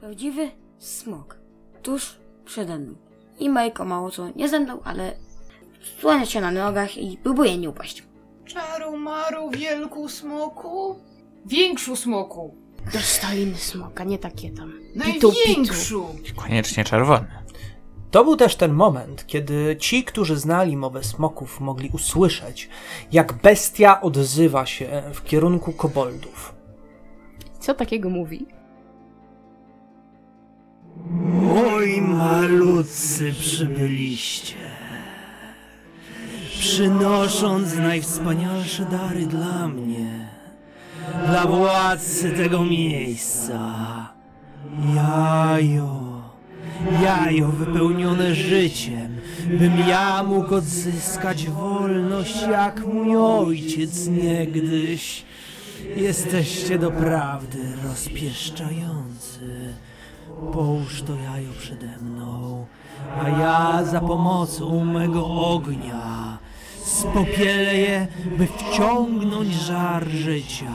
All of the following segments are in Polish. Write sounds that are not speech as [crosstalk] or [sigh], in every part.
Prawdziwy smok. Tuż przede mną. I Majko mało co nie ze mną, ale słania się na nogach i próbuje nie upaść. Czaru maru wielku smoku? Większu smoku. Dostaliny smoka, nie takie tam. Pitu, pitu. Największu. Koniecznie czerwony. To był też ten moment, kiedy ci, którzy znali mowę smoków, mogli usłyszeć, jak bestia odzywa się w kierunku koboldów. Co takiego mówi? Oj, malutcy przybyliście, przynosząc najwspanialsze dary dla mnie, dla władcy tego miejsca. Jajo, jajo wypełnione życiem, bym ja mógł odzyskać wolność, jak mój ojciec niegdyś. Jesteście doprawdy rozpieszczający. Połóż to jajo przede mną, a ja za pomocą mego ognia spopielę je, by wciągnąć żar życia,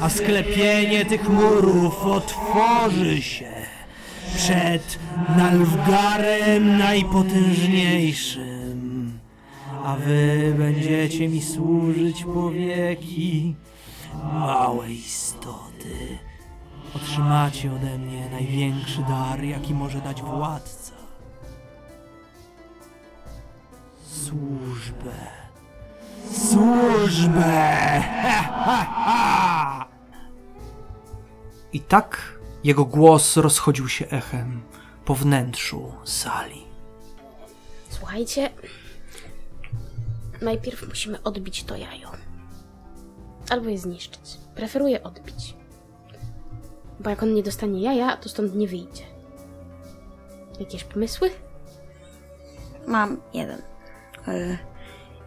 a sklepienie tych murów otworzy się przed Nalwgarem najpotężniejszym, a wy będziecie mi służyć po wieki małe istoty. Otrzymacie ode mnie największy dar, jaki może dać władca. Służbę. Służbę! Ha, ha, ha! I tak jego głos rozchodził się echem po wnętrzu sali. Słuchajcie, najpierw musimy odbić to jajo. Albo je zniszczyć. Preferuję odbić. Bo jak on nie dostanie jaja, to stąd nie wyjdzie. Jakieś pomysły? Mam jeden. E,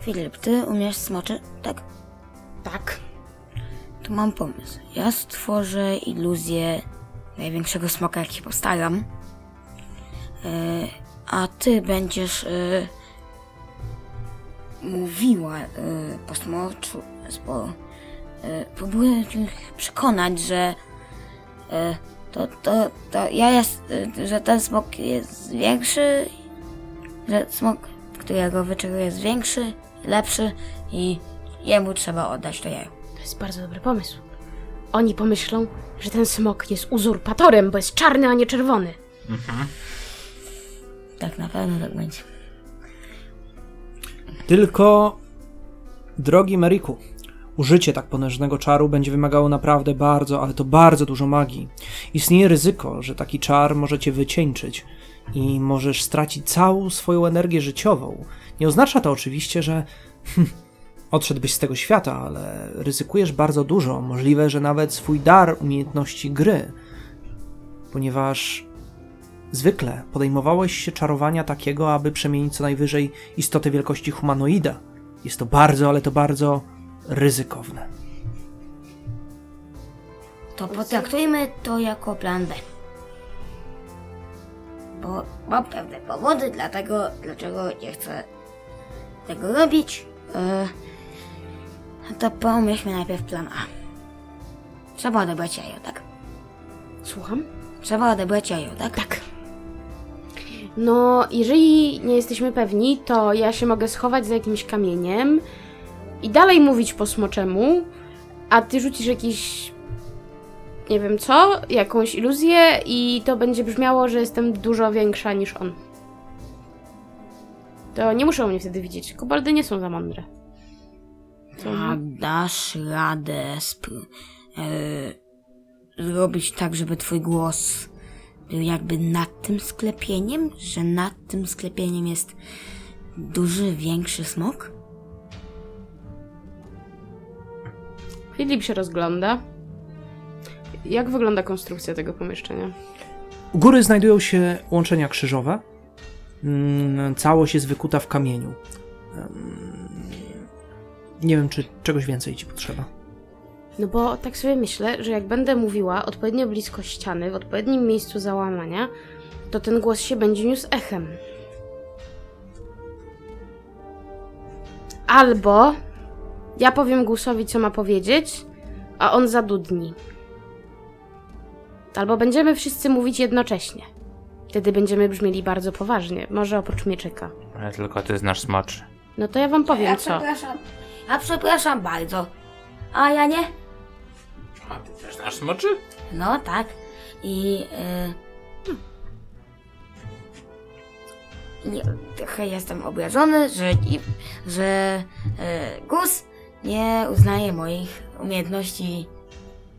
Filip, ty umiesz smoczy? Tak. Tak. To mam pomysł. Ja stworzę iluzję największego smoka, jaki postaram. E, a ty będziesz e, mówiła e, po smoczu, po, e, próbuję ich przekonać, że e, to, to, to ja jest, e, że ten smok jest większy, że smok, którego wyczerpuje jest większy, lepszy i jemu trzeba oddać to jajo. To jest bardzo dobry pomysł. Oni pomyślą, że ten smok jest uzurpatorem, bo jest czarny, a nie czerwony. Tak, na pewno tak będzie. Tylko, drogi Meriku, użycie tak potężnego czaru będzie wymagało naprawdę bardzo, ale to bardzo dużo magii. Istnieje ryzyko, że taki czar może cię wycieńczyć i możesz stracić całą swoją energię życiową. Nie oznacza to oczywiście, że hm, odszedłbyś z tego świata, ale ryzykujesz bardzo dużo. Możliwe, że nawet swój dar umiejętności gry, ponieważ Zwykle podejmowałeś się czarowania takiego, aby przemienić co najwyżej istotę wielkości humanoida. Jest to bardzo, ale to bardzo ryzykowne. To potraktujmy to jako plan B. Bo mam pewne powody, dlatego dlaczego nie chcę tego robić. Yy, to pomyślmy najpierw plan A. Trzeba odebrać jajo, tak? Słucham? Trzeba odebrać jajo, tak? Tak. No, jeżeli nie jesteśmy pewni, to ja się mogę schować za jakimś kamieniem i dalej mówić po smoczemu, a ty rzucisz jakiś. nie wiem co, jakąś iluzję i to będzie brzmiało, że jestem dużo większa niż on. To nie muszą mnie wtedy widzieć. Koboldy nie są za mądre. A dasz radę sp- yy, zrobić tak, żeby twój głos był jakby nad tym sklepieniem? Że nad tym sklepieniem jest duży, większy smok? Filip się rozgląda. Jak wygląda konstrukcja tego pomieszczenia? U góry znajdują się łączenia krzyżowe. Mm, Całość jest wykuta w kamieniu. Ym, Nie wiem, czy czegoś więcej ci potrzeba. No bo tak sobie myślę, że jak będę mówiła odpowiednio blisko ściany, w odpowiednim miejscu załamania, to ten głos się będzie niósł echem. Albo ja powiem głosowi, co ma powiedzieć, a on zadudni. Albo będziemy wszyscy mówić jednocześnie. Wtedy będziemy brzmieli bardzo poważnie, może oprócz mieczyka. Ale tylko ty znasz smacz. No to ja wam Ja powiem co. przepraszam. Ja przepraszam bardzo. A ja nie? A ty też znasz smoczy? No tak. I. y, nie, trochę jestem obrażony, że, i- że y, GUS nie uznaje moich umiejętności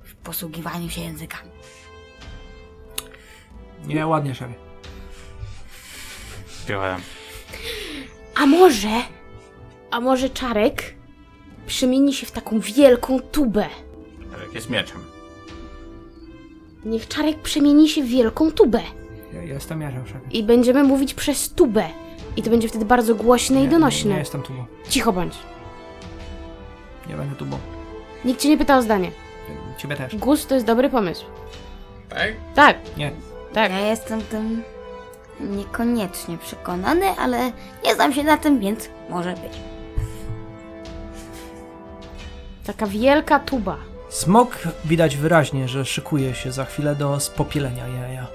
w posługiwaniu się językami. Nie, ładnie, szefie. Wziąłem. A może, a może Czarek przemieni się w taką wielką tubę? Jarek Tak, jest mieczem. Niech Czarek przemieni się w wielką tubę Ja jestem Jarzem, szefie. i będziemy mówić przez tubę. I to będzie wtedy bardzo głośne i Nie, donośne. nie jestem tubą. Cicho bądź. Nie będę tubą. Nikt cię nie pyta o zdanie. Ciebie też. Gust to jest dobry pomysł. Tak? Tak, Nie. tak. Ja jestem tym niekoniecznie przekonany, ale nie znam się na tym, więc może być. Taka wielka tuba. Smok widać wyraźnie, że szykuje się za chwilę do spopielenia jaja.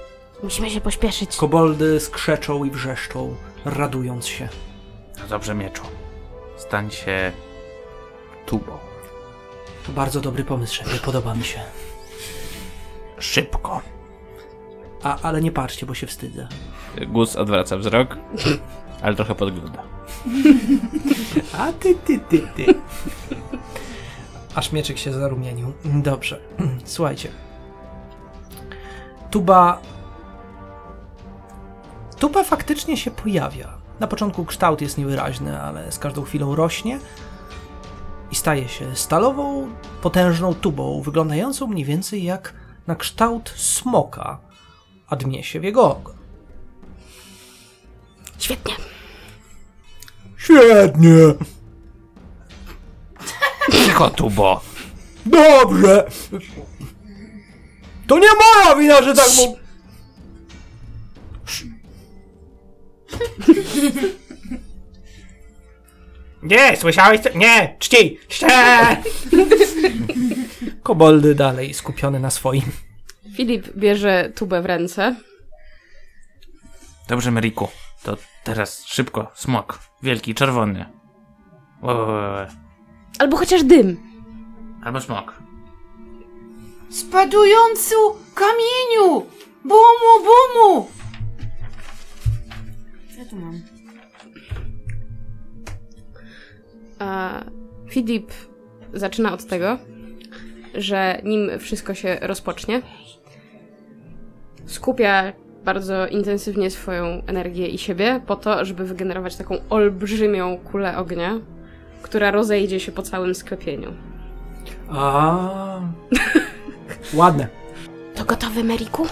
Musimy się pośpieszyć. Koboldy skrzeczą i wrzeszczą, radując się. No dobrze, mieczu. Stań się tubą. To bardzo dobry pomysł, szefie, podoba mi się. Szybko. A, ale nie patrzcie, bo się wstydzę. Gus odwraca [laughs] wzrok, ale trochę podgląda. A ty, ty, ty, ty. Aż mieczek się zarumienił. Dobrze, słuchajcie. Tuba. Tuba faktycznie się pojawia. Na początku kształt jest niewyraźny, ale z każdą chwilą rośnie i staje się stalową, potężną tubą, wyglądającą mniej więcej jak na kształt smoka, a dmie się w jego ogon. Świetnie. Świetnie! Tylko tubo! Dobrze! To nie moja wina, że tak mu... Nie, słyszałeś co? Nie, czci! Czcie! Koboldy dalej skupiony na swoim. Filip bierze tubę w ręce. Dobrze, Meriku. To teraz szybko. Smok. Wielki, czerwony. Łe, łe, łe, łe. Albo chociaż dym. Albo smok. Spadujący kamieniu! Bomu, bomu! Ja tu mam. A Filip zaczyna od tego, że nim wszystko się rozpocznie, skupia bardzo intensywnie swoją energię i siebie po to, żeby wygenerować taką olbrzymią kulę ognia, która rozejdzie się po całym sklepieniu. A. Ładne. To gotowy, Meriku?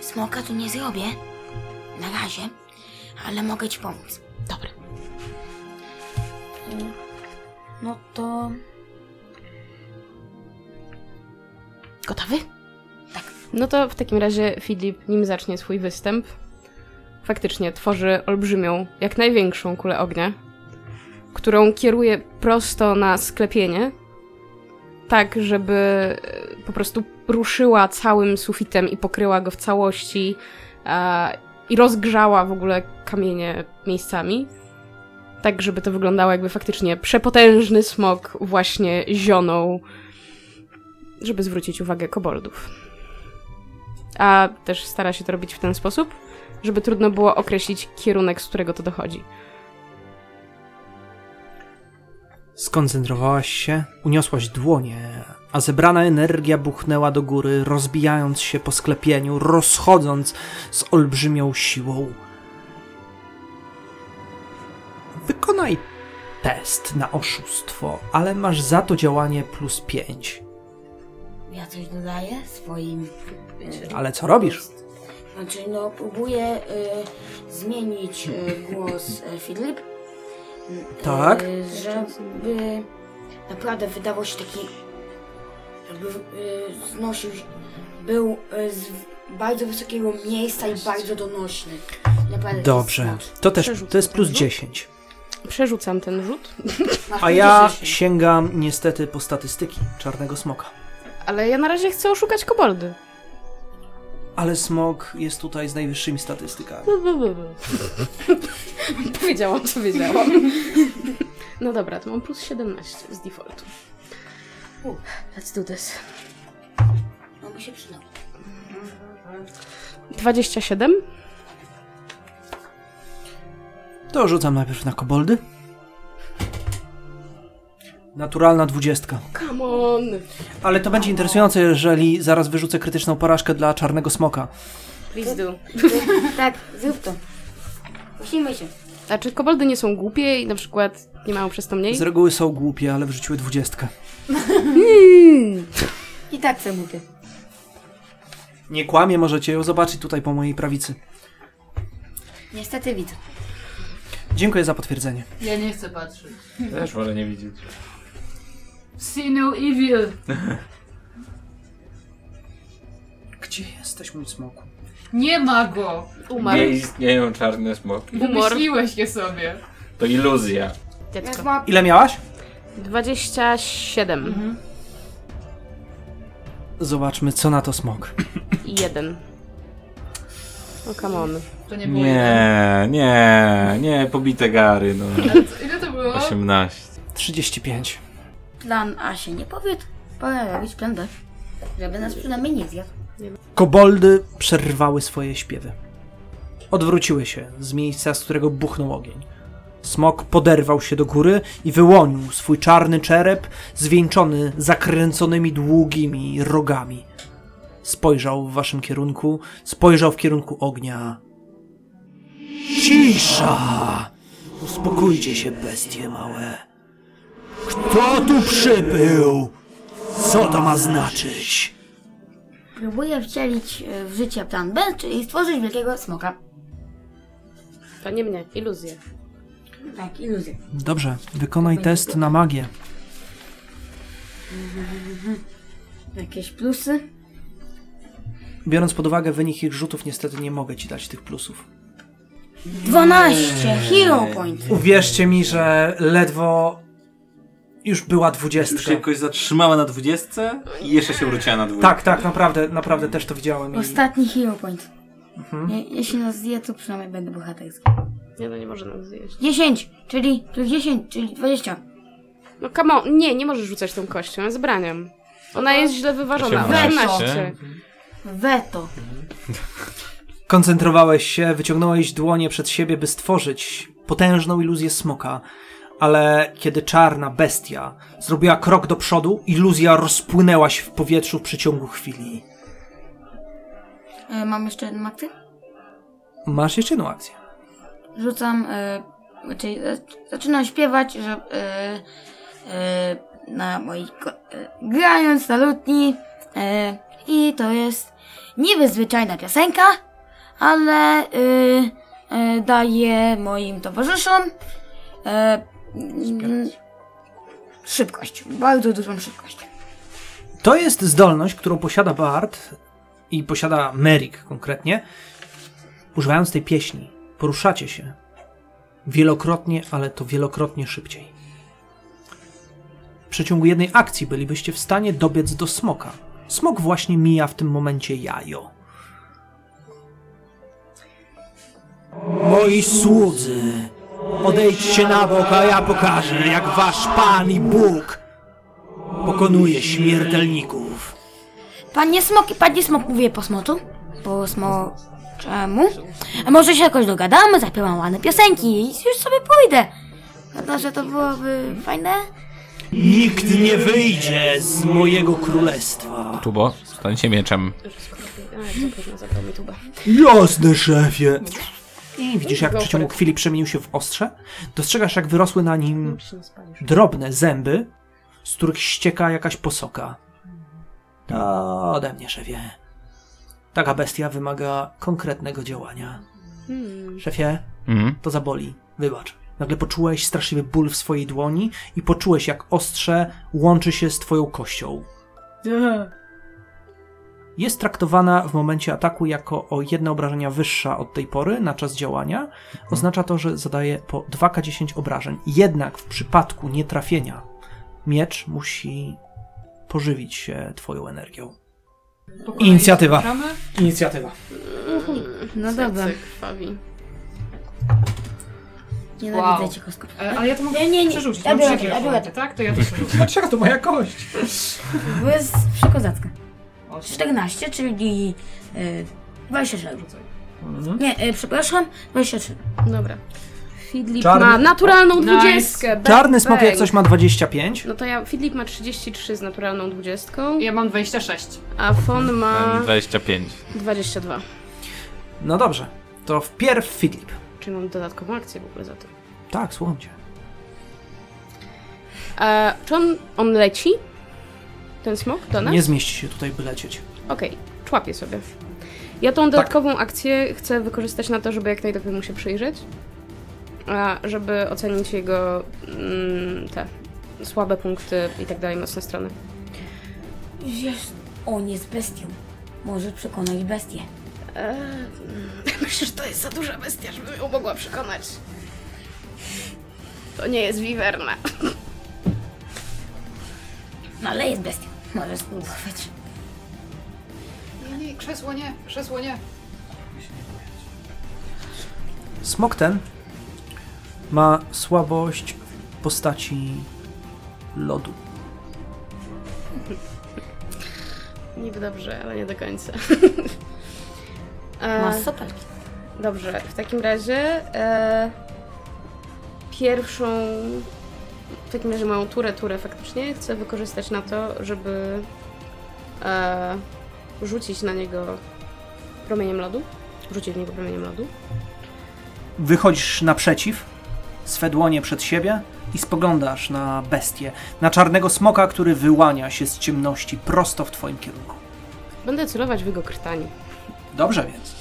Smoka tu nie zrobię. Na razie. Ale mogę ci pomóc. Dobra. No to. Gotowy? No to w takim razie Filip, nim zacznie swój występ, faktycznie tworzy olbrzymią, jak największą kulę ognia, którą kieruje prosto na sklepienie, tak żeby e, po prostu ruszyła całym sufitem i pokryła go w całości e, i rozgrzała w ogóle kamienie miejscami. Tak, żeby to wyglądało jakby faktycznie przepotężny smok właśnie zionął żeby zwrócić uwagę koboldów. A też stara się to robić w ten sposób, żeby trudno było określić kierunek, z którego to dochodzi. Skoncentrowałaś się, uniosłaś dłonie, a zebrana energia buchnęła do góry, rozbijając się po sklepieniu, rozchodząc z olbrzymią siłą. Wykonaj test na oszustwo, ale masz za to działanie plus 5. Ja coś dodaję swoim. y, Ale co robisz? Znaczy, no, próbuję y, zmienić y, głos y, Filip. y, Tak. Y, żeby naprawdę wydawał się taki. Jakby y, znosił. się- Był y, z bardzo wysokiego miejsca i bardzo donośny. Naprawdę taki Dobrze, smacz. to też to jest plus 10. Przerzucam ten rzut, Masz A ja 50. sięgam niestety po statystyki czarnego smoka. ale ja na razie chcę oszukać koboldy. ale smog jest tutaj z najwyższymi statystykami. [laughs] Powiedziałam, co wiedziałam. No dobra, to mam plus 17 z defaultu. Let's do this. No, Mogę się przydać. 27? To rzucam najpierw na koboldy. Naturalna dwudziestka. Come on! Ale to będzie interesujące, jeżeli zaraz wyrzucę krytyczną porażkę dla czarnego smoka. Please do. [laughs] Tak, zrób to. Musimy się. A czy koboldy nie są głupie i na przykład nie mają przez to mniej? Z reguły są głupie, ale wrzuciły dwudziestkę. I tak sobie mówię. Nie kłamie, możecie ją zobaczyć tutaj po mojej prawicy. Niestety widzę. Dziękuję za potwierdzenie. Ja nie chcę patrzeć. Też może nie widzieć. See no evil. Gdzie jesteś, mój smoku? Nie ma go. Umarł. istnieją czarne smoki. Humor. Wymyśliłeś je sobie. To iluzja. Dziecko. ma Ile miałaś? 27 Mhm. Zobaczmy, co na to smok. i 1. O, No, come on. To nie było jedno. Nie, nie, nie, pobite gary, no. Ile to było? 18. 35. plan A się nie powiódł. Pora robić plan B. Żeby nas przynajmniej nie zjadł. Koboldy przerwały swoje śpiewy. Odwróciły się z miejsca, z którego buchnął ogień. Smok poderwał się do góry i wyłonił swój czarny czerep, zwieńczony zakręconymi długimi rogami. Spojrzał w waszym kierunku, spojrzał w kierunku ognia. Cisza! Uspokójcie się, bestie małe. Kto tu przybył? Co to ma znaczyć? Próbuję wcielić e, w życie plan B, czyli stworzyć wielkiego smoka. To nie mnie, iluzje. Tak, iluzję. Dobrze, wykonaj test na magię. Jakieś plusy? Biorąc pod uwagę wynik ich rzutów, niestety nie mogę ci dać tych plusów. 12 hero point. Uwierzcie mi, że ledwo już była Już dwudziestka. się jakoś zatrzymała na 20 i jeszcze się wróciła na 20. Tak, tak, naprawdę, naprawdę też to widziałem. I Ostatni hero point. Je, jeśli nas zje, to przynajmniej będę bohaterski. Nie, no nie może nas zjeść. 10, czyli plus 10, czyli 20. No come on, nie, nie możesz rzucać tą kością, ja zbraniam. Ona jest źle wyważona. 18. 18. Weto. koncentrowałeś się, wyciągnąłeś dłonie przed siebie, by stworzyć potężną iluzję smoka. Ale kiedy czarna bestia zrobiła krok do przodu, iluzja rozpłynęła się w powietrzu w przeciągu chwili. E, mam jeszcze jedną akcję? Masz jeszcze jedną akcję. Rzucam, e, czyli e, zaczynam śpiewać, że e, e, na mojej ko- e, grając na lutni e, i to jest niby zwyczajna piosenka, ale e, e, daje moim towarzyszom e, mm, szybkość, bardzo dużą szybkość. To jest zdolność, którą posiada Bart i posiada Merrick konkretnie. Używając tej pieśni, poruszacie się wielokrotnie, ale to wielokrotnie szybciej. W przeciągu jednej akcji bylibyście w stanie dobiec do smoka. Smok właśnie mija w tym momencie jajo. Moi słudzy, odejdźcie na bok, a ja pokażę, jak wasz Pan i Bóg pokonuje śmiertelników. Panie Smok, panie Smok, mówię po smoczu. Po smoczemu. A może się jakoś dogadamy, zapiłam ładne piosenki i już sobie pójdę. No że to byłoby fajne. Nikt nie wyjdzie z mojego królestwa. Tubo, stań się mieczem. Jasne, szefie. I widzisz, jak w przeciągu chwili przemienił się w ostrze. Dostrzegasz, jak wyrosły na nim drobne zęby, z których ścieka jakaś posoka. To ode mnie, szefie. Taka bestia wymaga konkretnego działania. Szefie, Mhm. to zaboli. Wybacz. Nagle poczułeś straszliwy ból w swojej dłoni i poczułeś, jak ostrze łączy się z twoją kością. Jest traktowana w momencie ataku jako o jedno obrażenia wyższa od tej pory na czas działania. Oznacza to, że zadaje po 2k10 obrażeń. Jednak w przypadku nietrafienia miecz musi pożywić się twoją energią. Po kolei Inicjatywa. zapraszamy. Inicjatywa. Mhm. No Serce dobra. krwawi. Nienawidzę Wow. no, cię, kostko. E, ale ja to mogę Nie, nie, nie. przerzucić. Ja mam biorę wszelkie to, ja biorę elementy, tak? To ja to przerzucę. Dlaczego to moja kość? Bo jest przekozacka. Osiem. 14, czyli y, 26. Rzucaj. Nie, y, przepraszam, 23. Dobra. Fidlip Czarny- ma naturalną Nice. dwudziestkę. Bang, Czarny smok jak bang. coś ma 25. No to ja, Fidlip ma 33 z naturalną dwudziestką, Ja mam 26. a Fon Tak. ma 25. 22. No dobrze, to wpierw Filip. Czy mam dodatkową akcję w ogóle za to? Tak, słucham cię. E, czy on, on leci? Ten smok do nas? Nie zmieści się tutaj, by lecieć. Okej, człapię sobie. Ja tą dodatkową akcję chcę wykorzystać na to, żeby jak najdłużej mu się przyjrzeć, a żeby ocenić jego mm, te słabe punkty i tak dalej, mocne strony. [laughs] Wiesz, on jest bestią. Może przekonać bestię. Eee, myślę, że to jest za duża bestia, żeby ją mogła przekonać. To nie jest wiwerna. No ale jest bestią. Może spróbować. Nie, nie, krzesło nie, krzesło nie. Smok ten ma słabość w postaci lodu. Niby dobrze, ale nie do końca. [laughs] E, Ma sopelki. Dobrze, w takim razie e, pierwszą, w takim razie moją turę, turę faktycznie chcę wykorzystać na to, żeby e, rzucić na niego promieniem lodu. Rzucić w niego promieniem lodu. Wychodzisz naprzeciw, swe dłonie przed siebie i spoglądasz na bestię, na czarnego smoka, który wyłania się z ciemności prosto w twoim kierunku. Będę celować w jego krtani. Dobrze więc.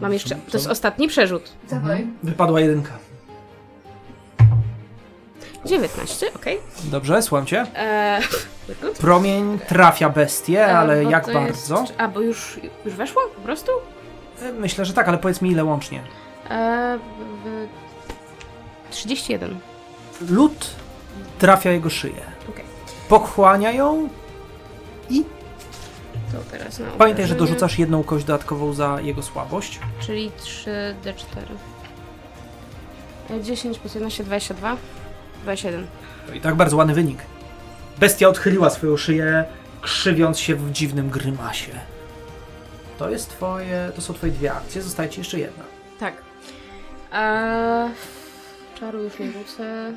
Mam jeszcze, to jest ostatni przerzut. Dawaj. Wypadła jedynka. 19, okej. Dobrze, słucham cię. E, [laughs] Promień trafia bestię, ale bo jak to jest- bardzo? A, bo już, już weszło po prostu? Myślę, że tak, ale powiedz mi ile łącznie. E, w, 31. Lód trafia jego szyję. Okej. Pochłania ją. To teraz na Pamiętaj, że obrażenia. dorzucasz jedną kość dodatkową za jego słabość. Czyli 3D4. E, 10 plus 11, 22. 21. To i tak bardzo ładny wynik. Bestia odchyliła swoją szyję, krzywiąc się w dziwnym grymasie. To jest twoje, to są twoje dwie akcje, zostaje ci jeszcze jedna. Tak. A... Czaru już nie rzucę.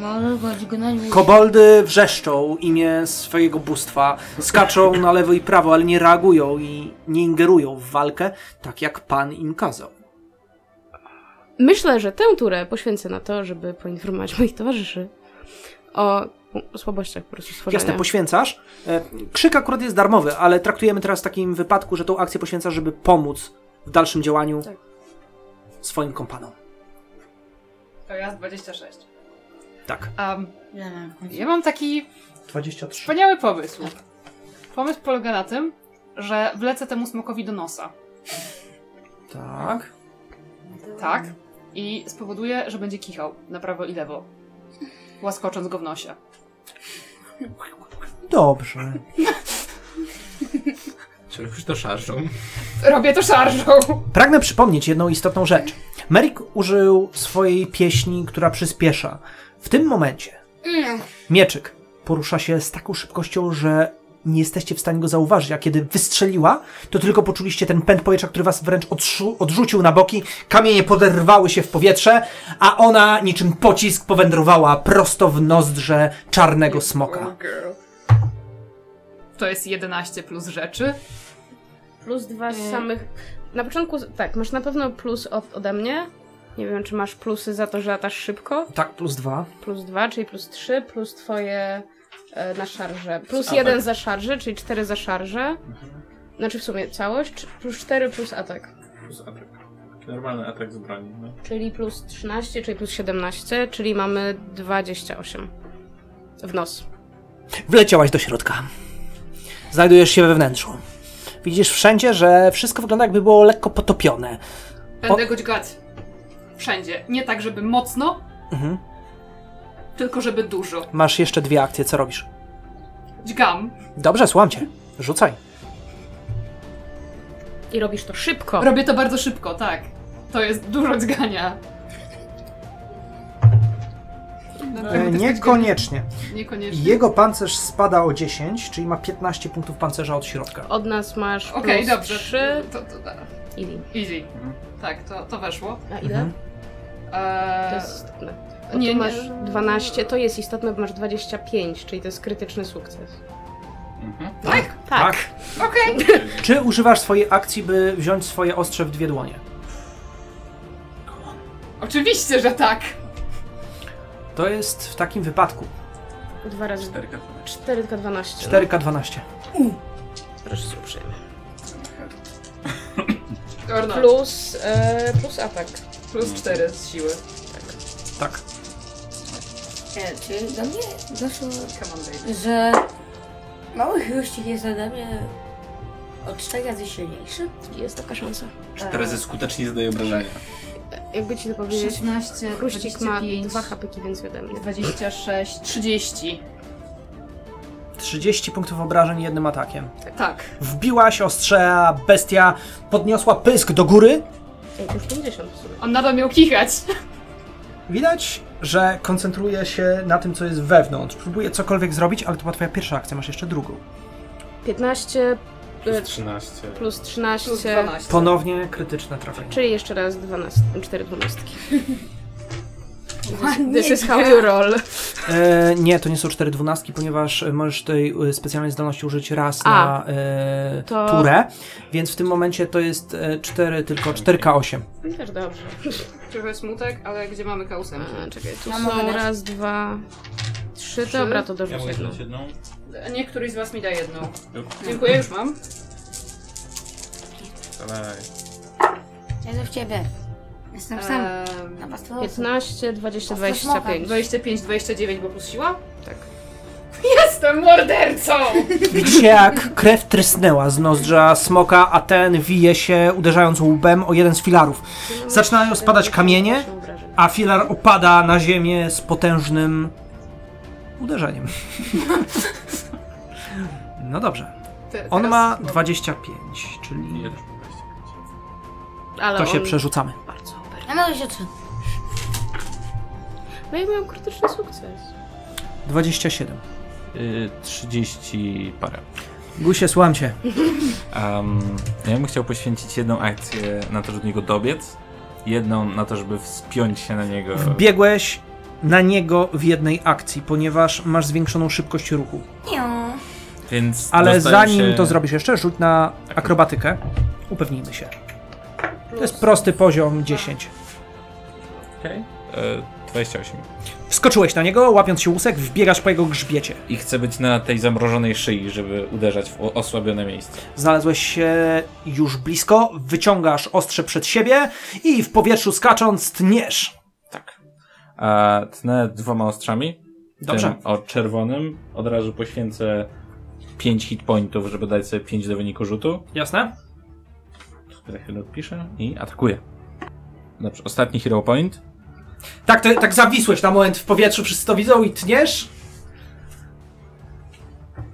Może go zgnać. Koboldy wrzeszczą imię swojego bóstwa, skaczą na lewo i prawo, ale nie reagują i nie ingerują w walkę, tak jak pan im kazał. Myślę, że tę turę poświęcę na to, żeby poinformować moich towarzyszy o, o słabościach po prostu stworzenia. Jasne, poświęcasz. E, Krzyk akurat jest darmowy, ale traktujemy teraz w takim wypadku, że tą akcję poświęcasz, żeby pomóc w dalszym działaniu Tak. swoim kompanom. To ja z 26. Tak. Um, ja mam taki 23. wspaniały pomysł. Pomysł polega na tym, że wlecę temu smokowi do nosa. Tak. Tak. I spowoduje, że będzie kichał na prawo i lewo. Łaskocząc go w nosie. Dobrze. Czy już to szarżą? Robię to szarżą! Pragnę przypomnieć jedną istotną rzecz. Merrick użył swojej pieśni, która przyspiesza. W tym momencie mieczyk porusza się z taką szybkością, że nie jesteście w stanie go zauważyć, a kiedy wystrzeliła, to tylko poczuliście ten pęd powietrza, który was wręcz odrzu- odrzucił na boki, kamienie poderwały się w powietrze, a ona niczym pocisk powędrowała prosto w nozdrze czarnego smoka. To jest 11 plus rzeczy. Plus dwa z samych... Na początku, tak, masz na pewno plus od, ode mnie. Nie wiem, czy masz plusy za to, że latasz szybko. Tak, plus dwa. plus 2, czyli plus 3, plus twoje e, na szarże. Plus 1 za szarże, czyli 4 za szarże. Mhm. Znaczy w sumie całość, czy- plus 4 plus atak. Plus atak. Normalny atak z broni. No. Czyli plus 13, czyli plus 17, czyli mamy 28. W nos. Wleciałaś do środka. Znajdujesz się we wnętrzu. Widzisz wszędzie, że wszystko wygląda jakby było lekko potopione. Będę go dźgać. Wszędzie. Nie tak, żeby mocno, Mhm. tylko żeby dużo. Masz jeszcze dwie akcje, co robisz? Dźgam. Dobrze, słucham cię. Rzucaj. I robisz to szybko. Robię to bardzo szybko, tak. To jest dużo dźgania. Dlatego E, też Niekoniecznie. dźgam- Niekoniecznie. Jego pancerz spada o 10, czyli ma 15 punktów pancerza od środka. Od nas masz plus Okej, dobrze. 3 To, to, da. i... Easy. Tak, to, to weszło. A ile? Mhm. Eee, To jest istotne. Bo nie, tu nie. masz 12, to jest istotne, bo masz 25, czyli to jest krytyczny sukces. Mhm. Tak. Okej. Czy używasz swojej akcji, by wziąć swoje ostrze w dwie dłonie? Oczywiście, że tak. To jest w takim wypadku Dwa razy 4K. 4K12. 4K12. Proszę się uprzejmie. Or No. not. Plus, e, plus atak. Plus 4 z siły. Tak. E, czy do mnie doszło, Come on, baby. że mały chruścik jest ode mnie o 4 razy silniejszy? Jest taka szansa. Cztery razy skutecznie zdaje obrażenia. Jakby ci to powiedzieć, 16, Kruścik ma 25, dwa hapyki więcej ode mnie. 26, 30. 30 punktów obrażeń jednym atakiem. Tak. Wbiłaś ostrze, a bestia podniosła pysk do góry. Ej, to już 50 e, w sumie. On nadal miał kichać. Widać, że koncentruje się na tym, co jest wewnątrz. Próbuje cokolwiek zrobić, ale to była twoja pierwsza akcja, masz jeszcze drugą. 15 Plus 13. e, plus 13, Plus 12. Ponownie krytyczne trafienie. czyli jeszcze raz 12, 4 [laughs] dwunastki. This is how you roll. E, nie, to nie są 4 dwunastki, ponieważ e, możesz tej e, specjalnej zdolności użyć raz A, na e, to- turę, więc w tym momencie to jest e, 4, tylko 4K8. Też dobrze. Trochę smutek, ale gdzie mamy K8? A, czekaj, tu Ja mogę są dać. raz, dwa, trzy. Trzy. Dobra, to dorzuć Ja mogę jedną. dać jedną? Nie, któryś z was mi da jedną. Już. Dziękuję, już mam. Dalej. Jezu w ciebie. Jestem sam. Ehm, Na was to 15, 20, To 25. 25, 29, bo plus siła? Tak. Jestem mordercą! Widzicie, jak krew trysnęła z nozdrza smoka, a ten wije się, uderzając łbem o jeden z filarów. Zaczynają spadać kamienie, a filar opada na ziemię z potężnym uderzeniem. No dobrze. Te- On teraz- ma 25, czyli Nie, też mam 25. Ale to się on przerzucamy. Bardzo oberwał. Ja mogę się trzy. No i miałem krytyczny sukces. 27. Y, 30 parę. Gusie, słucham cię. Um, ja bym chciał poświęcić jedną akcję na to, żeby do niego dobiec, jedną na to, żeby wspiąć się na niego. Wbiegłeś na niego w jednej akcji, ponieważ masz zwiększoną szybkość ruchu. Nią. Więc Ale dostaję zanim się... to zrobisz jeszcze, rzuć na akrobatykę. Upewnijmy się. To jest prosty poziom 10. Okej. E, 28. Wskoczyłeś na niego, łapiąc się łusek, wbiegasz po jego grzbiecie. I chcę być na tej zamrożonej szyi, żeby uderzać w o- osłabione miejsce. Znalazłeś się już blisko, wyciągasz ostrze przed siebie i w powietrzu skacząc tniesz. Tak. A tnę dwoma ostrzami. Dobrze. Tym o czerwonym. Od razu poświęcę 5 hit pointów, żeby dać sobie 5 do wyniku rzutu. Jasne? Za chwilę odpiszę i atakuję. Dobrze, ostatni hero point. Tak, ty, tak zawisłeś na moment w powietrzu, wszyscy to widzą i tniesz.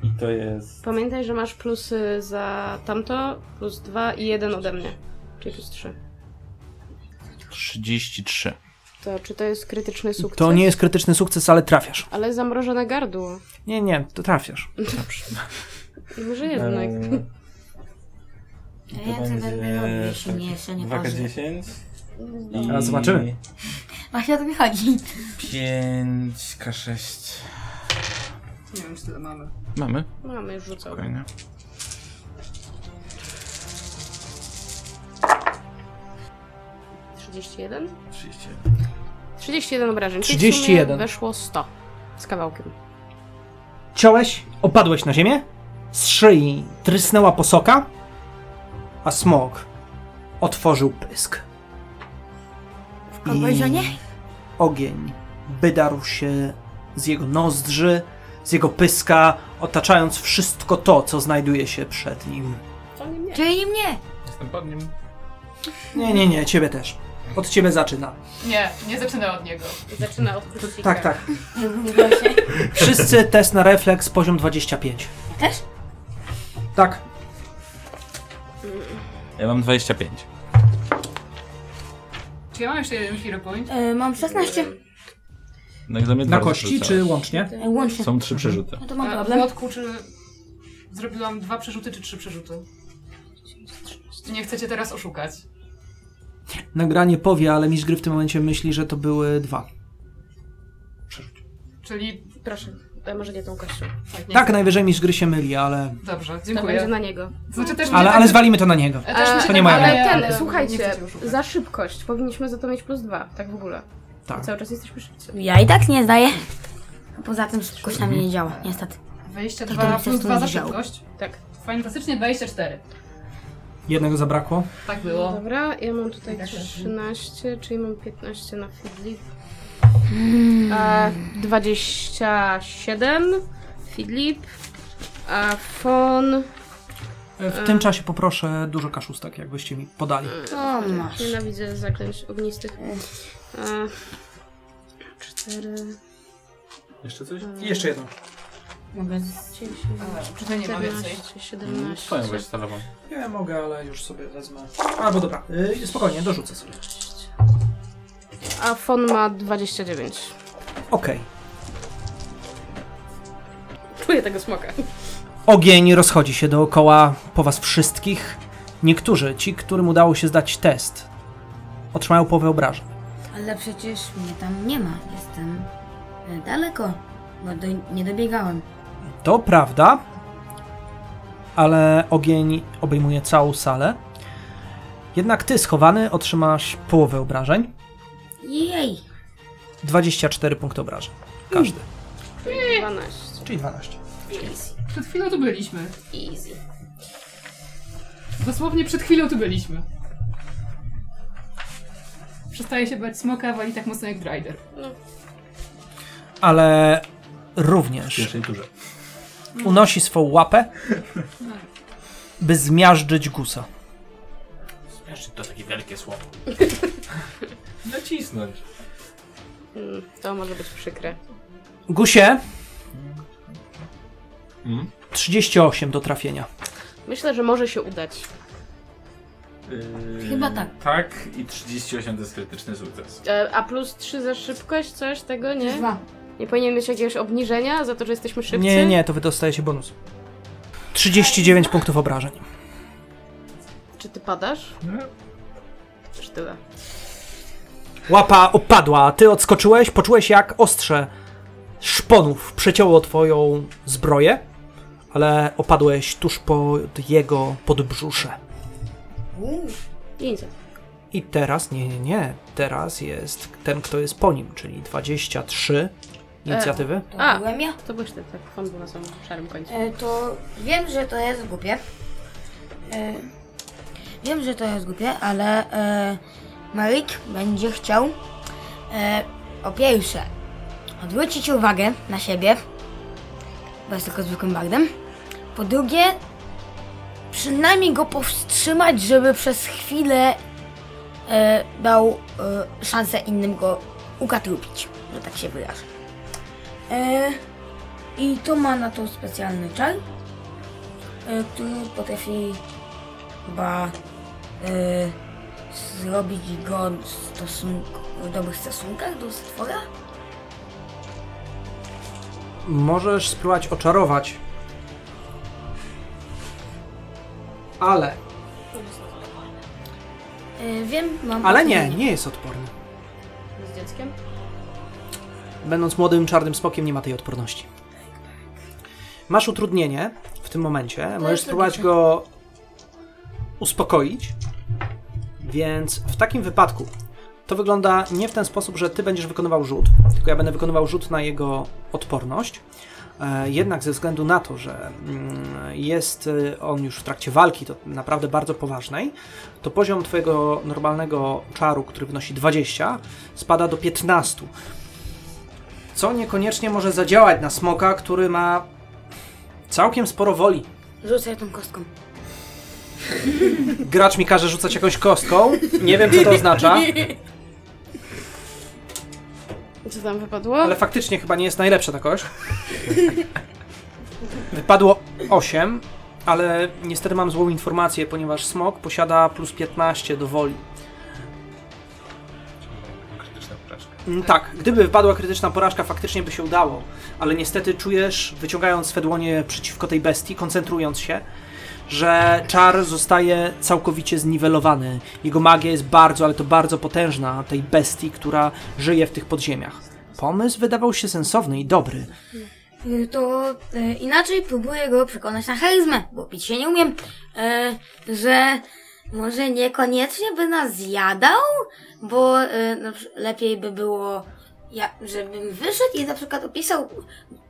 I to jest... Pamiętaj, że masz plusy za tamto, plus 2 i 1 ode mnie. Czyli plus 3. 33. To czy to jest krytyczny sukces? To nie jest krytyczny sukces, ale trafiasz. Ale zamrożone gardło. Nie, nie, to trafiasz. Może jednak. Eee, Ja to chcę będzie e, tak, będę robił silniejsze, nie pożyję. 2K10. Zaraz zobaczymy. Właśnie o to mi chodzi. 5K6. Nie wiem, czy tyle mamy. Mamy? Mamy już rzucał. Fajnie. Okay. 31? 31. 31 obrażeń. czyli w 31. sumie Weszło 100 z kawałkiem. Ciąłeś, opadłeś na ziemię, z szyi trysnęła posoka, a smok otworzył pysk. W kogoś, że nie? Ogień wydarł się z jego nozdrzy, z jego pyska, otaczając wszystko to, co znajduje się przed nim. To nie mnie. Czyli mnie. Jestem pod nim. Nie, nie, nie, ciebie też. Od ciebie zaczyna. Nie, nie zaczyna od niego. Zaczyna od krucyfika. Tak, tak. Właśnie. Wszyscy test na refleks poziom 25. Też? Tak. Ja mam 25. Czy ja mam jeszcze jeden hero point? E, mam 16. No i dla mnie Na dwa kości przerzucałeś. czy łącznie? E, łącznie. Są trzy przerzuty. No to A mam E, W problem. dodatku, czy zrobiłam dwa przerzuty, czy trzy przerzuty? Nie chcecie teraz oszukać. Nagranie powie, ale Miss Gry w tym momencie myśli, że to były dwa. Czyli Proszę, e, może nie tą kością. tak, nie Tak, najwyżej Miss Gry się myli, ale... Dobrze, To będzie dziękuję. na niego. Znaczy też Ale, mnie ale tak- zwalimy to na niego. też mi się E, tak nie moja Ale wydaje, ten, ale nie słuchajcie, chcecie oszukać. za szybkość powinniśmy za to mieć plus dwa, tak w ogóle. Tak. Cały czas jesteśmy szybcy. Ja i tak nie zdaję. A poza tym szybkość na Mhm. mnie nie działa, niestety. 22 się plus tu 2 za nie działo. szybkość. Tak. Fantastycznie 24. Jednego zabrakło. Tak było. No Dobra, ja mam tutaj Tak, tak. 13, czyli mam 15 na Fidli. E, 27 Fidlip, a Fon... W tym czasie poproszę dużo kaszustek, jakbyście mi podali. To masz. Nienawidzę zaklęć ognistych. E, 4... Jeszcze coś? Jeszcze jedno. Mogę Czy nie ma więcej? 14, Mm, Twoją 17... weź telefon. Nie mogę, ale już sobie wezmę. Albo dobra, y, spokojnie, dorzucę sobie. A Fon ma 29. Okej. Czuję tego smoka. Ogień rozchodzi się dookoła po was wszystkich. Niektórzy, ci, którym udało się zdać test, otrzymają połowę obrażeń. Ale przecież mnie tam nie ma. Jestem e, daleko, bo do, nie dobiegałem. To prawda, ale ogień obejmuje całą salę. Jednak ty, schowany, otrzymasz połowę obrażeń. Jej! 24 punkty obrażeń. Każdy. 12. Czyli 12. Przed chwilą tu byliśmy. Easy. Dosłownie przed chwilą tu byliśmy. Przestaje się bać smoka, wali tak mocno jak Dryder. Ale W również pierwszej turze. unosi swą łapę, by zmiażdżyć gusa. Jeszcze to takie wielkie słowo. Nacisnąć. Mm, To może być przykre. Gusie, Mm? 38 do trafienia. Myślę, że może się udać. Yy, Chyba tak. Tak i 38 to jest krytyczny sukces. E, A plus 3 za szybkość, coś tego, nie? Dwa. Nie powinien mieć jakiegoś obniżenia za to, że jesteśmy szybcy? Nie, nie, to wy dostajecie bonus. 39 punktów obrażeń. Czy ty padasz? No. Już tyle. Łapa opadła, a ty odskoczyłeś, poczułeś jak ostrze szponów przecięło twoją zbroję, ale opadłeś tuż pod jego podbrzusze. Jeńca. I teraz, nie, nie, nie, teraz jest ten, kto jest po nim, czyli 23 inicjatywy. To A. byłem ja. To byś ty, tak. On był na samym szarym końcu. E, to Wiem, że to jest głupie. E, Wiem, że to jest głupie, ale e, Malik będzie chciał e, po pierwsze odwrócić uwagę na siebie, bo jest tylko zwykłym bagdem. Po drugie, przynajmniej go powstrzymać, żeby przez chwilę e, dał e, szansę innym go ukatrupić, że tak się wyrażę. E, I to ma na to specjalny czar e, który potrafi chyba e, zrobić go w, stosunku, w dobrych stosunkach do stwora. Możesz spróbować oczarować. Ale. E, wiem, mam. Ale nie, nie jest odporny. Z dzieckiem? Będąc młodym czarnym smokiem, nie ma tej odporności. Masz utrudnienie w tym momencie. Możesz spróbować go uspokoić. Więc w takim wypadku to wygląda nie w ten sposób, że ty będziesz wykonywał rzut, tylko ja będę wykonywał rzut na jego odporność. E, Jednak ze względu na to, że mm, jest e, on już w trakcie walki, to naprawdę bardzo poważnej, to poziom twojego normalnego czaru, który wynosi 20, spada do 15 co niekoniecznie może zadziałać na smoka, który ma całkiem sporo woli. Rzucę tą kostką. Gracz mi każe rzucać jakąś kostką. Nie wiem, co to oznacza, Co tam wypadło? ale faktycznie chyba nie jest najlepsza ta kość. [laughs] Wypadło 8, ale niestety mam złą informację, ponieważ smok posiada plus 15 do woli. Krytyczna porażka. Mm, Tak, gdyby wypadła krytyczna porażka, faktycznie by się udało, ale niestety czujesz, wyciągając swe dłonie przeciwko tej bestii, koncentrując się, że czar zostaje całkowicie zniwelowany. Jego magia jest bardzo, ale to bardzo potężna tej bestii, która żyje w tych podziemiach. Pomysł wydawał się sensowny i dobry. Y, To y, inaczej próbuję go przekonać na charyzmę, bo pić się nie umiem, y, że może niekoniecznie by nas zjadał, bo y, na przy- lepiej by było, ja, żebym wyszedł i na przykład opisał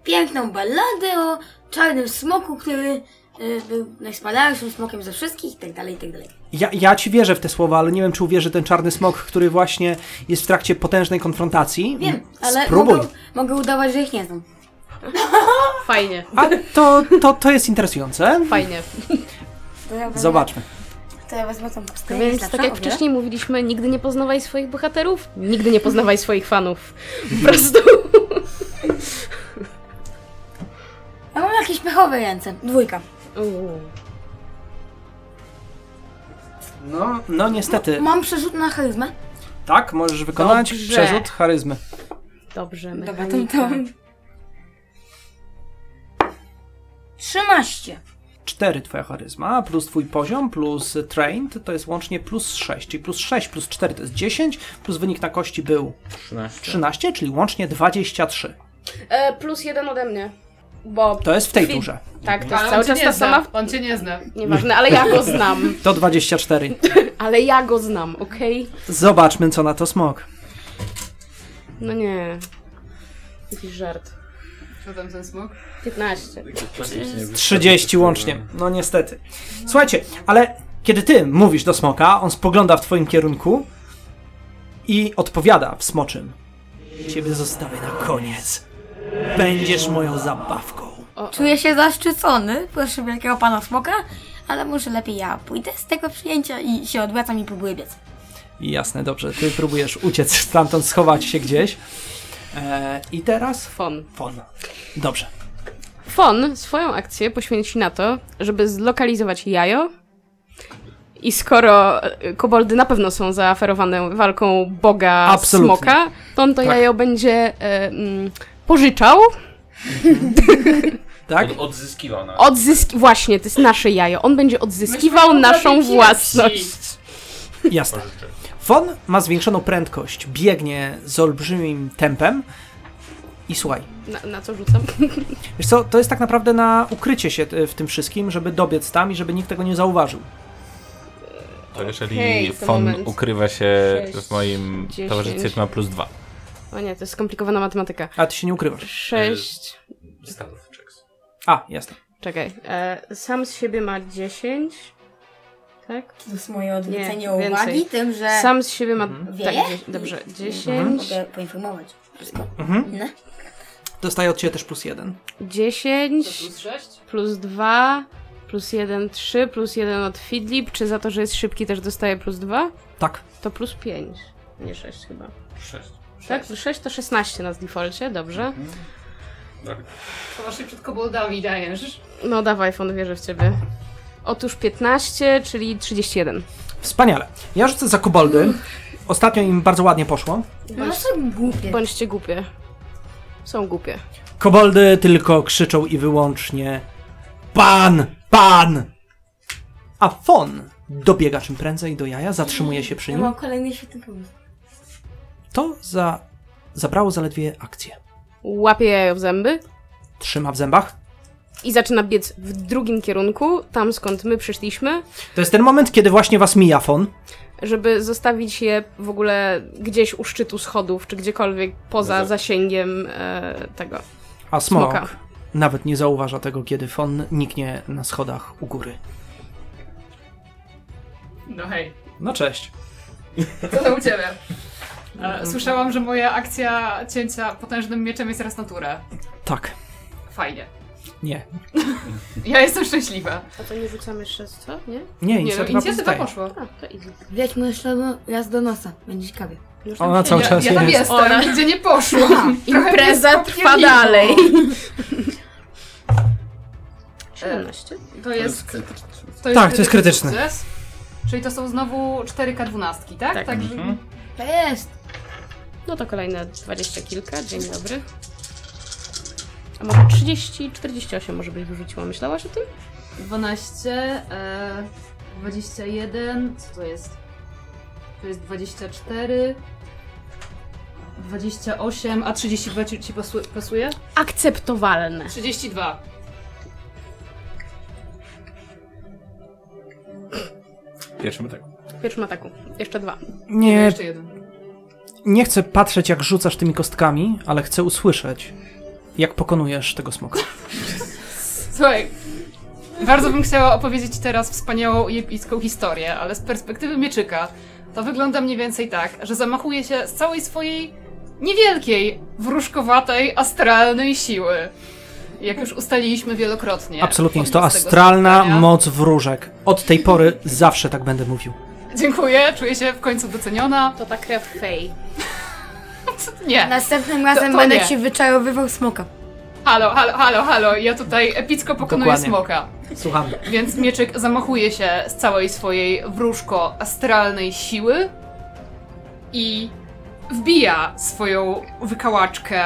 piękną balladę o czarnym smoku, który y, był najspadalszym smokiem ze wszystkich, i tak dalej, i tak dalej. Ja, ja ci wierzę w te słowa, ale nie wiem, czy uwierzy ten czarny smok, który właśnie jest w trakcie potężnej konfrontacji. Mm. Wiem, ale Spróbuj. mogę, mogę udawać, że ich nie znam. Fajnie, A to, to, to jest interesujące. fajnie. To ja wezmę- Zobaczmy. To ja wezmę tą kostkę. Więc tak jak wcześniej mówiliśmy, nigdy nie poznawaj swoich bohaterów, nigdy nie poznawaj swoich fanów. Po prostu. Ja mam jakieś pechowe ręce. Dwójka. Uuu. No, no niestety. Mam przerzut na charyzmę. Tak, możesz wykonać Dobrze. przerzut charyzmy. Dobrze, Dobra, mechanika. tam, tam. 13. 4 twoja charyzma, plus twój poziom, plus trained, to jest łącznie plus 6, czyli plus 6 plus 4 to jest 10, plus wynik na kości był 13. 13, czyli łącznie 23. E, plus jeden ode mnie. Bo To jest w tej Fi- turze. tak, to Ale jest on cały cię czas nie ta zna. sama. On cię nie zna. Nieważne, ale ja go znam. To 24. Ale ja go znam, okej? Zobaczmy co na to smok. No nie. Jakiś żart. Co tam ten smok? 15. 30 łącznie. No niestety. Słuchajcie, ale kiedy ty mówisz do smoka, on spogląda w twoim kierunku i odpowiada w smoczym. Ciebie zostawię na koniec. Będziesz moją zabawką. Czuję się zaszczycony, proszę wielkiego pana smoka, ale może lepiej ja pójdę z tego przyjęcia i się odwracam i próbuję biec. Jasne, dobrze. Ty próbujesz uciec stamtąd, schować się gdzieś. E, I teraz Fon. Fon. Dobrze. Fon swoją akcję poświęci na to, żeby zlokalizować jajo. I skoro e, koboldy na pewno są zaaferowane walką boga Absolutnie. smoka, to on to Tak. jajo będzie e, mm, pożyczał, Tak? Od, odzyskiwana. odzyski... Właśnie, to jest nasze jajo. On będzie odzyskiwał Myśmy naszą robili własność. Jasne. Fon ma zwiększoną prędkość, biegnie z olbrzymim tempem i słuchaj. Na, na co rzucam? Wiesz co, to jest tak naprawdę na ukrycie się t- w tym wszystkim, żeby dobiec tam i żeby nikt tego nie zauważył. To jeżeli Okej, to Fon moment. ukrywa się Sześć, w moim dziesięć. towarzystwie, to ma plus 2. O nie, to jest skomplikowana matematyka. A ty się nie ukrywasz. Sześć. Stealth checks. A, jasne. Czekaj. E, sam z siebie ma 10. Tak? To jest moje odwrócenie odwrócenie Nie, więcej. uwagi uwagi tym, że Sam z siebie ma. Mhm. Tak, Wieje? dzie- dobrze, mhm. 10. mogę poinformować. Wszystko. Mhm. No. Dostaje od ciebie też plus jeden. 10 Plus 6? plus 2 plus 1, 3 plus 1 od Fidlip. Czy za to, że jest szybki, też dostaje plus 2? Tak. To plus 5. Nie 6 chyba. 6. Tak? 6 to 16 na defaulcie, dobrze. Chyba się przed koboldami dajesz. No dawaj, Fon, wierzę w ciebie. Otóż 15, czyli 31. Wspaniale. Ja rzucę za koboldy. Ostatnio im bardzo ładnie poszło. No są głupie. Bądźcie głupie. Są głupie. Koboldy tylko krzyczą i wyłącznie Pan! Pan! A Fon dobiega czym prędzej do jaja, zatrzymuje się przy Ja nim. Mhm. mam No, kolejny świetny pomysł. To za... zabrało zaledwie akcję. Łapie jajo w zęby Trzyma w zębach. i zaczyna biec w drugim kierunku, tam skąd my przyszliśmy, To jest ten moment, kiedy właśnie was mija Fon. żeby zostawić je w ogóle gdzieś u szczytu schodów, czy gdziekolwiek poza zasięgiem e, tego. A smok Smoka. nawet nie zauważa tego, kiedy Fon niknie na schodach u góry. No hej, No cześć. co to u ciebie? E, Słyszałam, że moja akcja cięcia potężnym mieczem jest raz na turę. Tak. Fajnie. Nie. Ja jestem szczęśliwa. A to nie rzucamy jeszcze, co? Nie? Nie, Nie, no, inicjatywa inicjatywa pozostaje. poszła. A, to idzie. Wleć mu jeszcze raz do nosa, będzie ciekawie. Już tam Ona się- cały ja, czas ja tam jest. jestem, Ona. nigdzie nie poszłam. Trochę Impreza mnie trwa spopierniło. [laughs] dalej. 17. To jest, Tak, to jest krytyczny. sukces. Czyli to są znowu 4K12, tak? Tak. Także Mhm. To jest! No to kolejne 20 kilka, dzień dobry. A może 30, 48 może byś wyrzuciła, myślałaś o tym? 12, e, 21, co to jest? To jest 24, 28, a 32 ci, ci pasu- pasuje? Akceptowalne. 32. Pierwszym ataku. W pierwszym ataku. Jeszcze dwa. Nie, Jeszcze jeden. nie chcę patrzeć, jak rzucasz tymi kostkami, ale chcę usłyszeć, jak pokonujesz tego smoka. Słuchaj, bardzo bym chciała opowiedzieć teraz wspaniałą i epicką historię, ale z perspektywy mieczyka to wygląda mniej więcej tak, że zamachuje się z całej swojej niewielkiej, wróżkowatej, astralnej siły. Jak już ustaliliśmy wielokrotnie. Absolutnie jest to podczas tego astralna spotkania. moc wróżek. Od tej pory zawsze tak będę mówił. Dziękuję, czuję się w końcu doceniona. To ta krew fej. Tak. Nie. znaczy? Następnym razem to będę nie. ci wyczarowywał smoka. Halo, halo, halo, halo. Ja tutaj epicko pokonuję Dokładnie. smoka. Słucham. Więc mieczyk zamachuje się z całej swojej wróżko astralnej siły i wbija swoją wykałaczkę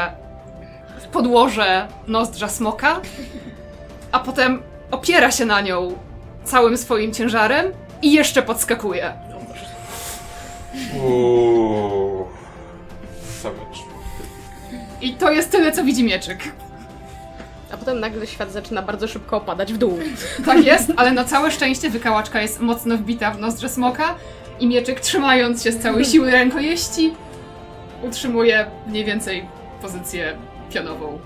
w podłoże nozdrza smoka, a potem opiera się na nią całym swoim ciężarem i jeszcze podskakuje. Uuuu. Savage. I to jest tyle, co widzi mieczyk. A potem nagle świat zaczyna bardzo szybko opadać w dół. Tak jest, ale na całe szczęście wykałaczka jest mocno wbita w nozdrze smoka i mieczyk trzymając się z całej siły rękojeści utrzymuje mniej więcej pozycję pionową.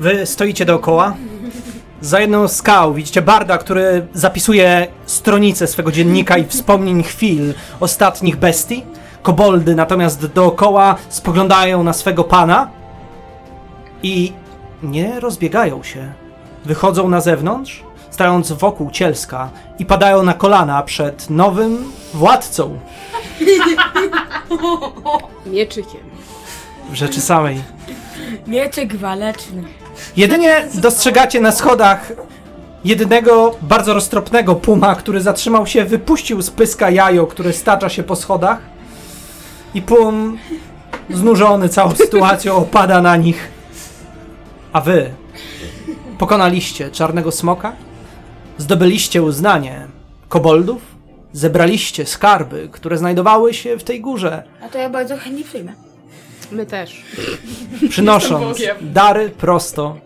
Wy stoicie dookoła. Za jedną z skał widzicie barda, który zapisuje stronice swego dziennika i wspomnień chwil ostatnich bestii. Koboldy natomiast dookoła spoglądają na swego pana i nie rozbiegają się. Wychodzą na zewnątrz, stając wokół cielska i padają na kolana przed nowym władcą Mieczykiem. w rzeczy samej. Mieczyk waleczny. Jedynie dostrzegacie na schodach jednego bardzo roztropnego puma, który zatrzymał się, wypuścił z pyska jajo, które stacza się po schodach. I pum, znużony całą sytuacją, opada na nich. A wy pokonaliście czarnego smoka, zdobyliście uznanie koboldów, zebraliście skarby, które znajdowały się w tej górze, A to ja bardzo chętnie przyjmę. My też. przynosząc Jestem dary prosto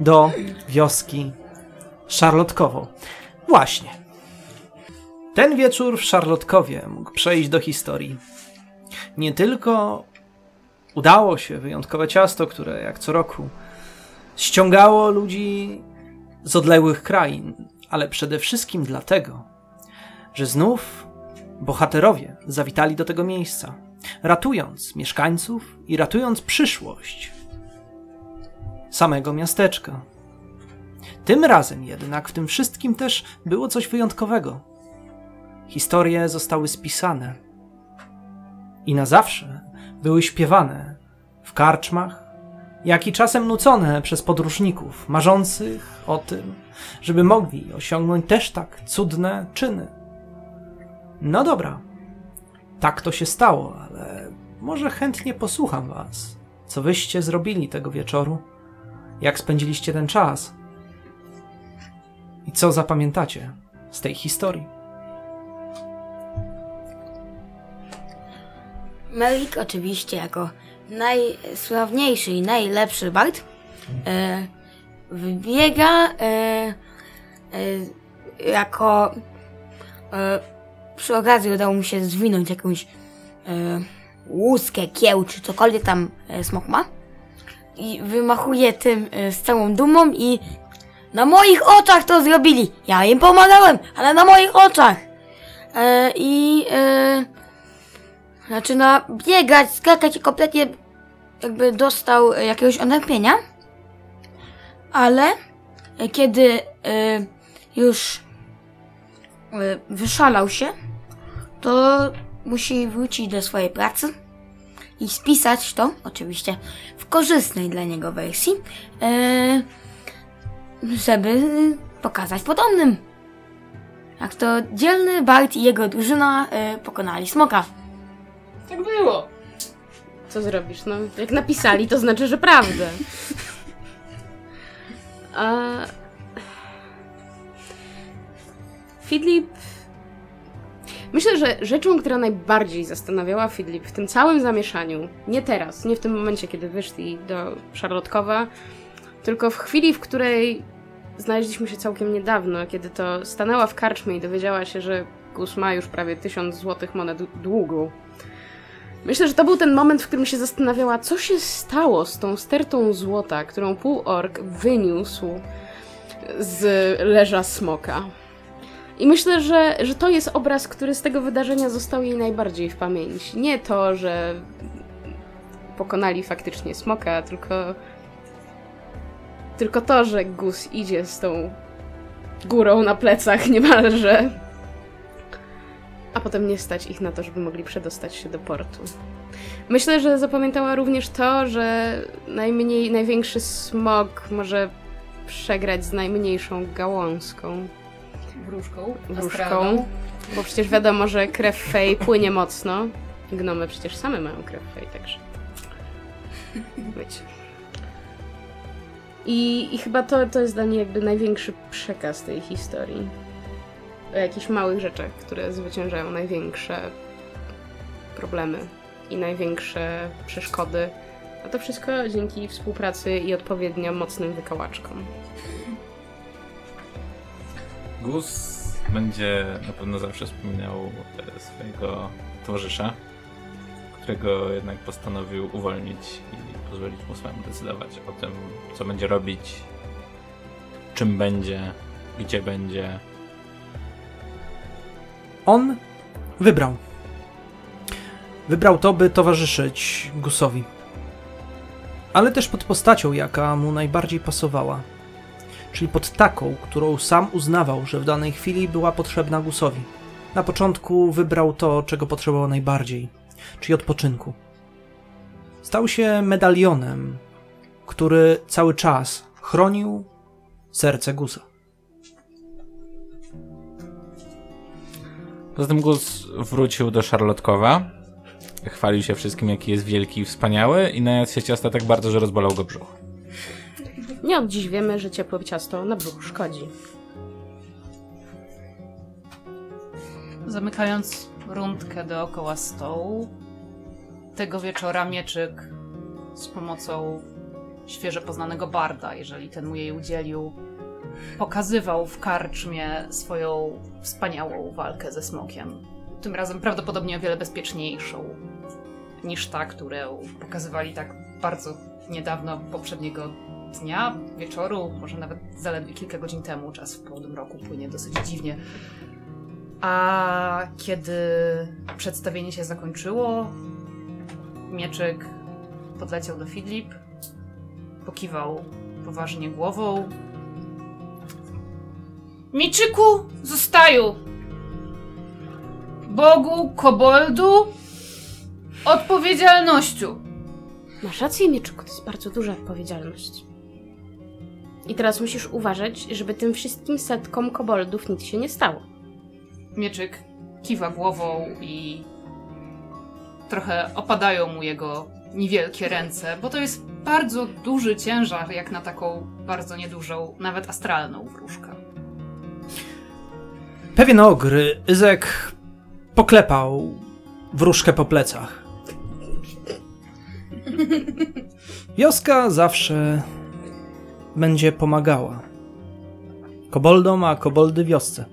do wioski Szarlotkowo. Właśnie. Ten wieczór w Szarlotkowie mógł przejść do historii. Nie tylko udało się wyjątkowe ciasto, które jak co roku ściągało ludzi z odległych krain, ale przede wszystkim dlatego, że znów bohaterowie zawitali do tego miejsca, ratując mieszkańców i ratując przyszłość samego miasteczka. Tym razem jednak w tym wszystkim też było coś wyjątkowego. Historie zostały spisane i na zawsze były śpiewane w karczmach, jak i czasem nucone przez podróżników marzących o tym, żeby mogli osiągnąć też tak cudne czyny. No dobra, tak to się stało, ale może chętnie posłucham was, co wyście zrobili tego wieczoru jak spędziliście ten czas i co zapamiętacie z tej historii. Melik oczywiście jako najsławniejszy i najlepszy bard e, wybiega e, e, jako e, przy okazji udało mu się zwinąć jakąś e, łuskę, kieł czy cokolwiek tam e, smok ma i wymachuje tym e, z całą dumą i na moich oczach to zrobili. Ja im pomagałem, ale na moich oczach. E, I e, Znaczy, no, zaczyna biegać, skakać i kompletnie jakby dostał e, jakiegoś odlepienia. Ale e, kiedy e, już e, wyszalał się, to musi wrócić do swojej pracy i spisać to, oczywiście w korzystnej dla niego wersji, e, żeby pokazać podobnym. Jak to dzielny Bart i jego drużyna e, pokonali smoka. Tak było. Co zrobisz? No, jak napisali, to znaczy, że prawdę. A... Fidlip. Myślę, że rzeczą, która najbardziej zastanawiała Fidlip w tym całym zamieszaniu, nie teraz, nie w tym momencie, kiedy wyszli do Szarlotkowa, tylko w chwili, w której znaleźliśmy się całkiem niedawno, kiedy to stanęła w karczmie i dowiedziała się, że Gus ma już prawie tysiąc złotych monet długu. Myślę, że to był ten moment, w którym się zastanawiała, co się stało z tą stertą złota, którą półork wyniósł z leża smoka. I myślę, że, że to jest obraz, który z tego wydarzenia został jej najbardziej w pamięci. Nie to, że pokonali faktycznie smoka, tylko, tylko to, że Gus idzie z tą górą na plecach niemalże a potem nie stać ich na to, żeby mogli przedostać się do portu. Myślę, że zapamiętała również to, że najmniej, największy smog może przegrać z najmniejszą gałązką, Wróżką. astralną. wróżką, bo przecież wiadomo, że krew fej płynie mocno. Gnomy przecież same mają krew fej, także... Wiecie. I, I chyba to, to jest dla niej jakby największy przekaz tej historii o jakichś małych rzeczach, które zwyciężają największe problemy i największe przeszkody. A to wszystko dzięki współpracy i odpowiednio mocnym wykałaczkom. Gus będzie na pewno zawsze wspominał e, swojego towarzysza, którego jednak postanowił uwolnić i pozwolić mu samemu decydować o tym, co będzie robić, czym będzie, gdzie będzie. On wybrał. Wybrał to, by towarzyszyć Gusowi. Ale też pod postacią, jaka mu najbardziej pasowała. Czyli pod taką, którą sam uznawał, że w danej chwili była potrzebna Gusowi. Na początku wybrał to, czego potrzebował najbardziej, czyli odpoczynku. Stał się medalionem, który cały czas chronił serce Gusa. Poza tym Gus wrócił do Szarlotkowa, chwalił się wszystkim, jaki jest wielki i wspaniały i najadł się ciasta tak bardzo, że rozbolał go brzuch. Nie od dziś wiemy, że ciepłe ciasto na brzuch szkodzi. Zamykając rundkę dookoła stołu, tego wieczora mieczyk z pomocą świeżo poznanego barda, jeżeli ten mu jej udzielił, pokazywał w karczmie swoją wspaniałą walkę ze smokiem. Tym razem prawdopodobnie o wiele bezpieczniejszą niż ta, którą pokazywali tak bardzo niedawno poprzedniego dnia, wieczoru, może nawet zaledwie kilka godzin temu. Czas w południu roku płynie dosyć dziwnie. A kiedy przedstawienie się zakończyło, mieczyk podleciał do Fidlip, pokiwał poważnie głową. Mieczyku, zostaju! Bogu koboldu odpowiedzialnością. Masz rację, Mieczku, to jest bardzo duża odpowiedzialność. I teraz musisz uważać, żeby tym wszystkim setkom koboldów nic się nie stało. Mieczyk kiwa głową i trochę opadają mu jego niewielkie ręce, bo to jest bardzo duży ciężar jak na taką bardzo niedużą, nawet astralną wróżkę. Pewien ogry, Izek, poklepał wróżkę po plecach. Wioska zawsze będzie pomagała. Koboldom, a koboldy wiosce.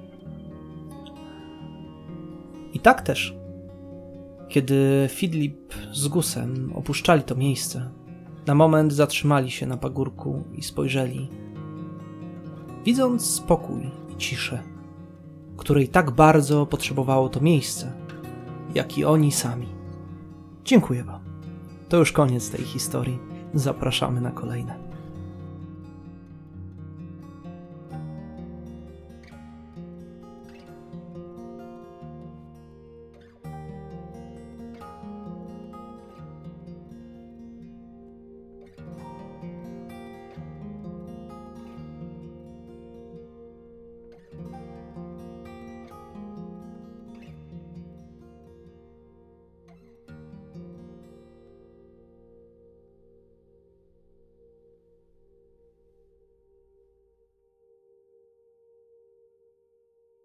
I tak też, kiedy Fidlip z Gusem opuszczali to miejsce, na moment zatrzymali się na pagórku i spojrzeli, widząc spokój i ciszę której tak bardzo potrzebowało to miejsce, jak i oni sami. Dziękuję Wam. To już koniec tej historii. Zapraszamy na kolejne.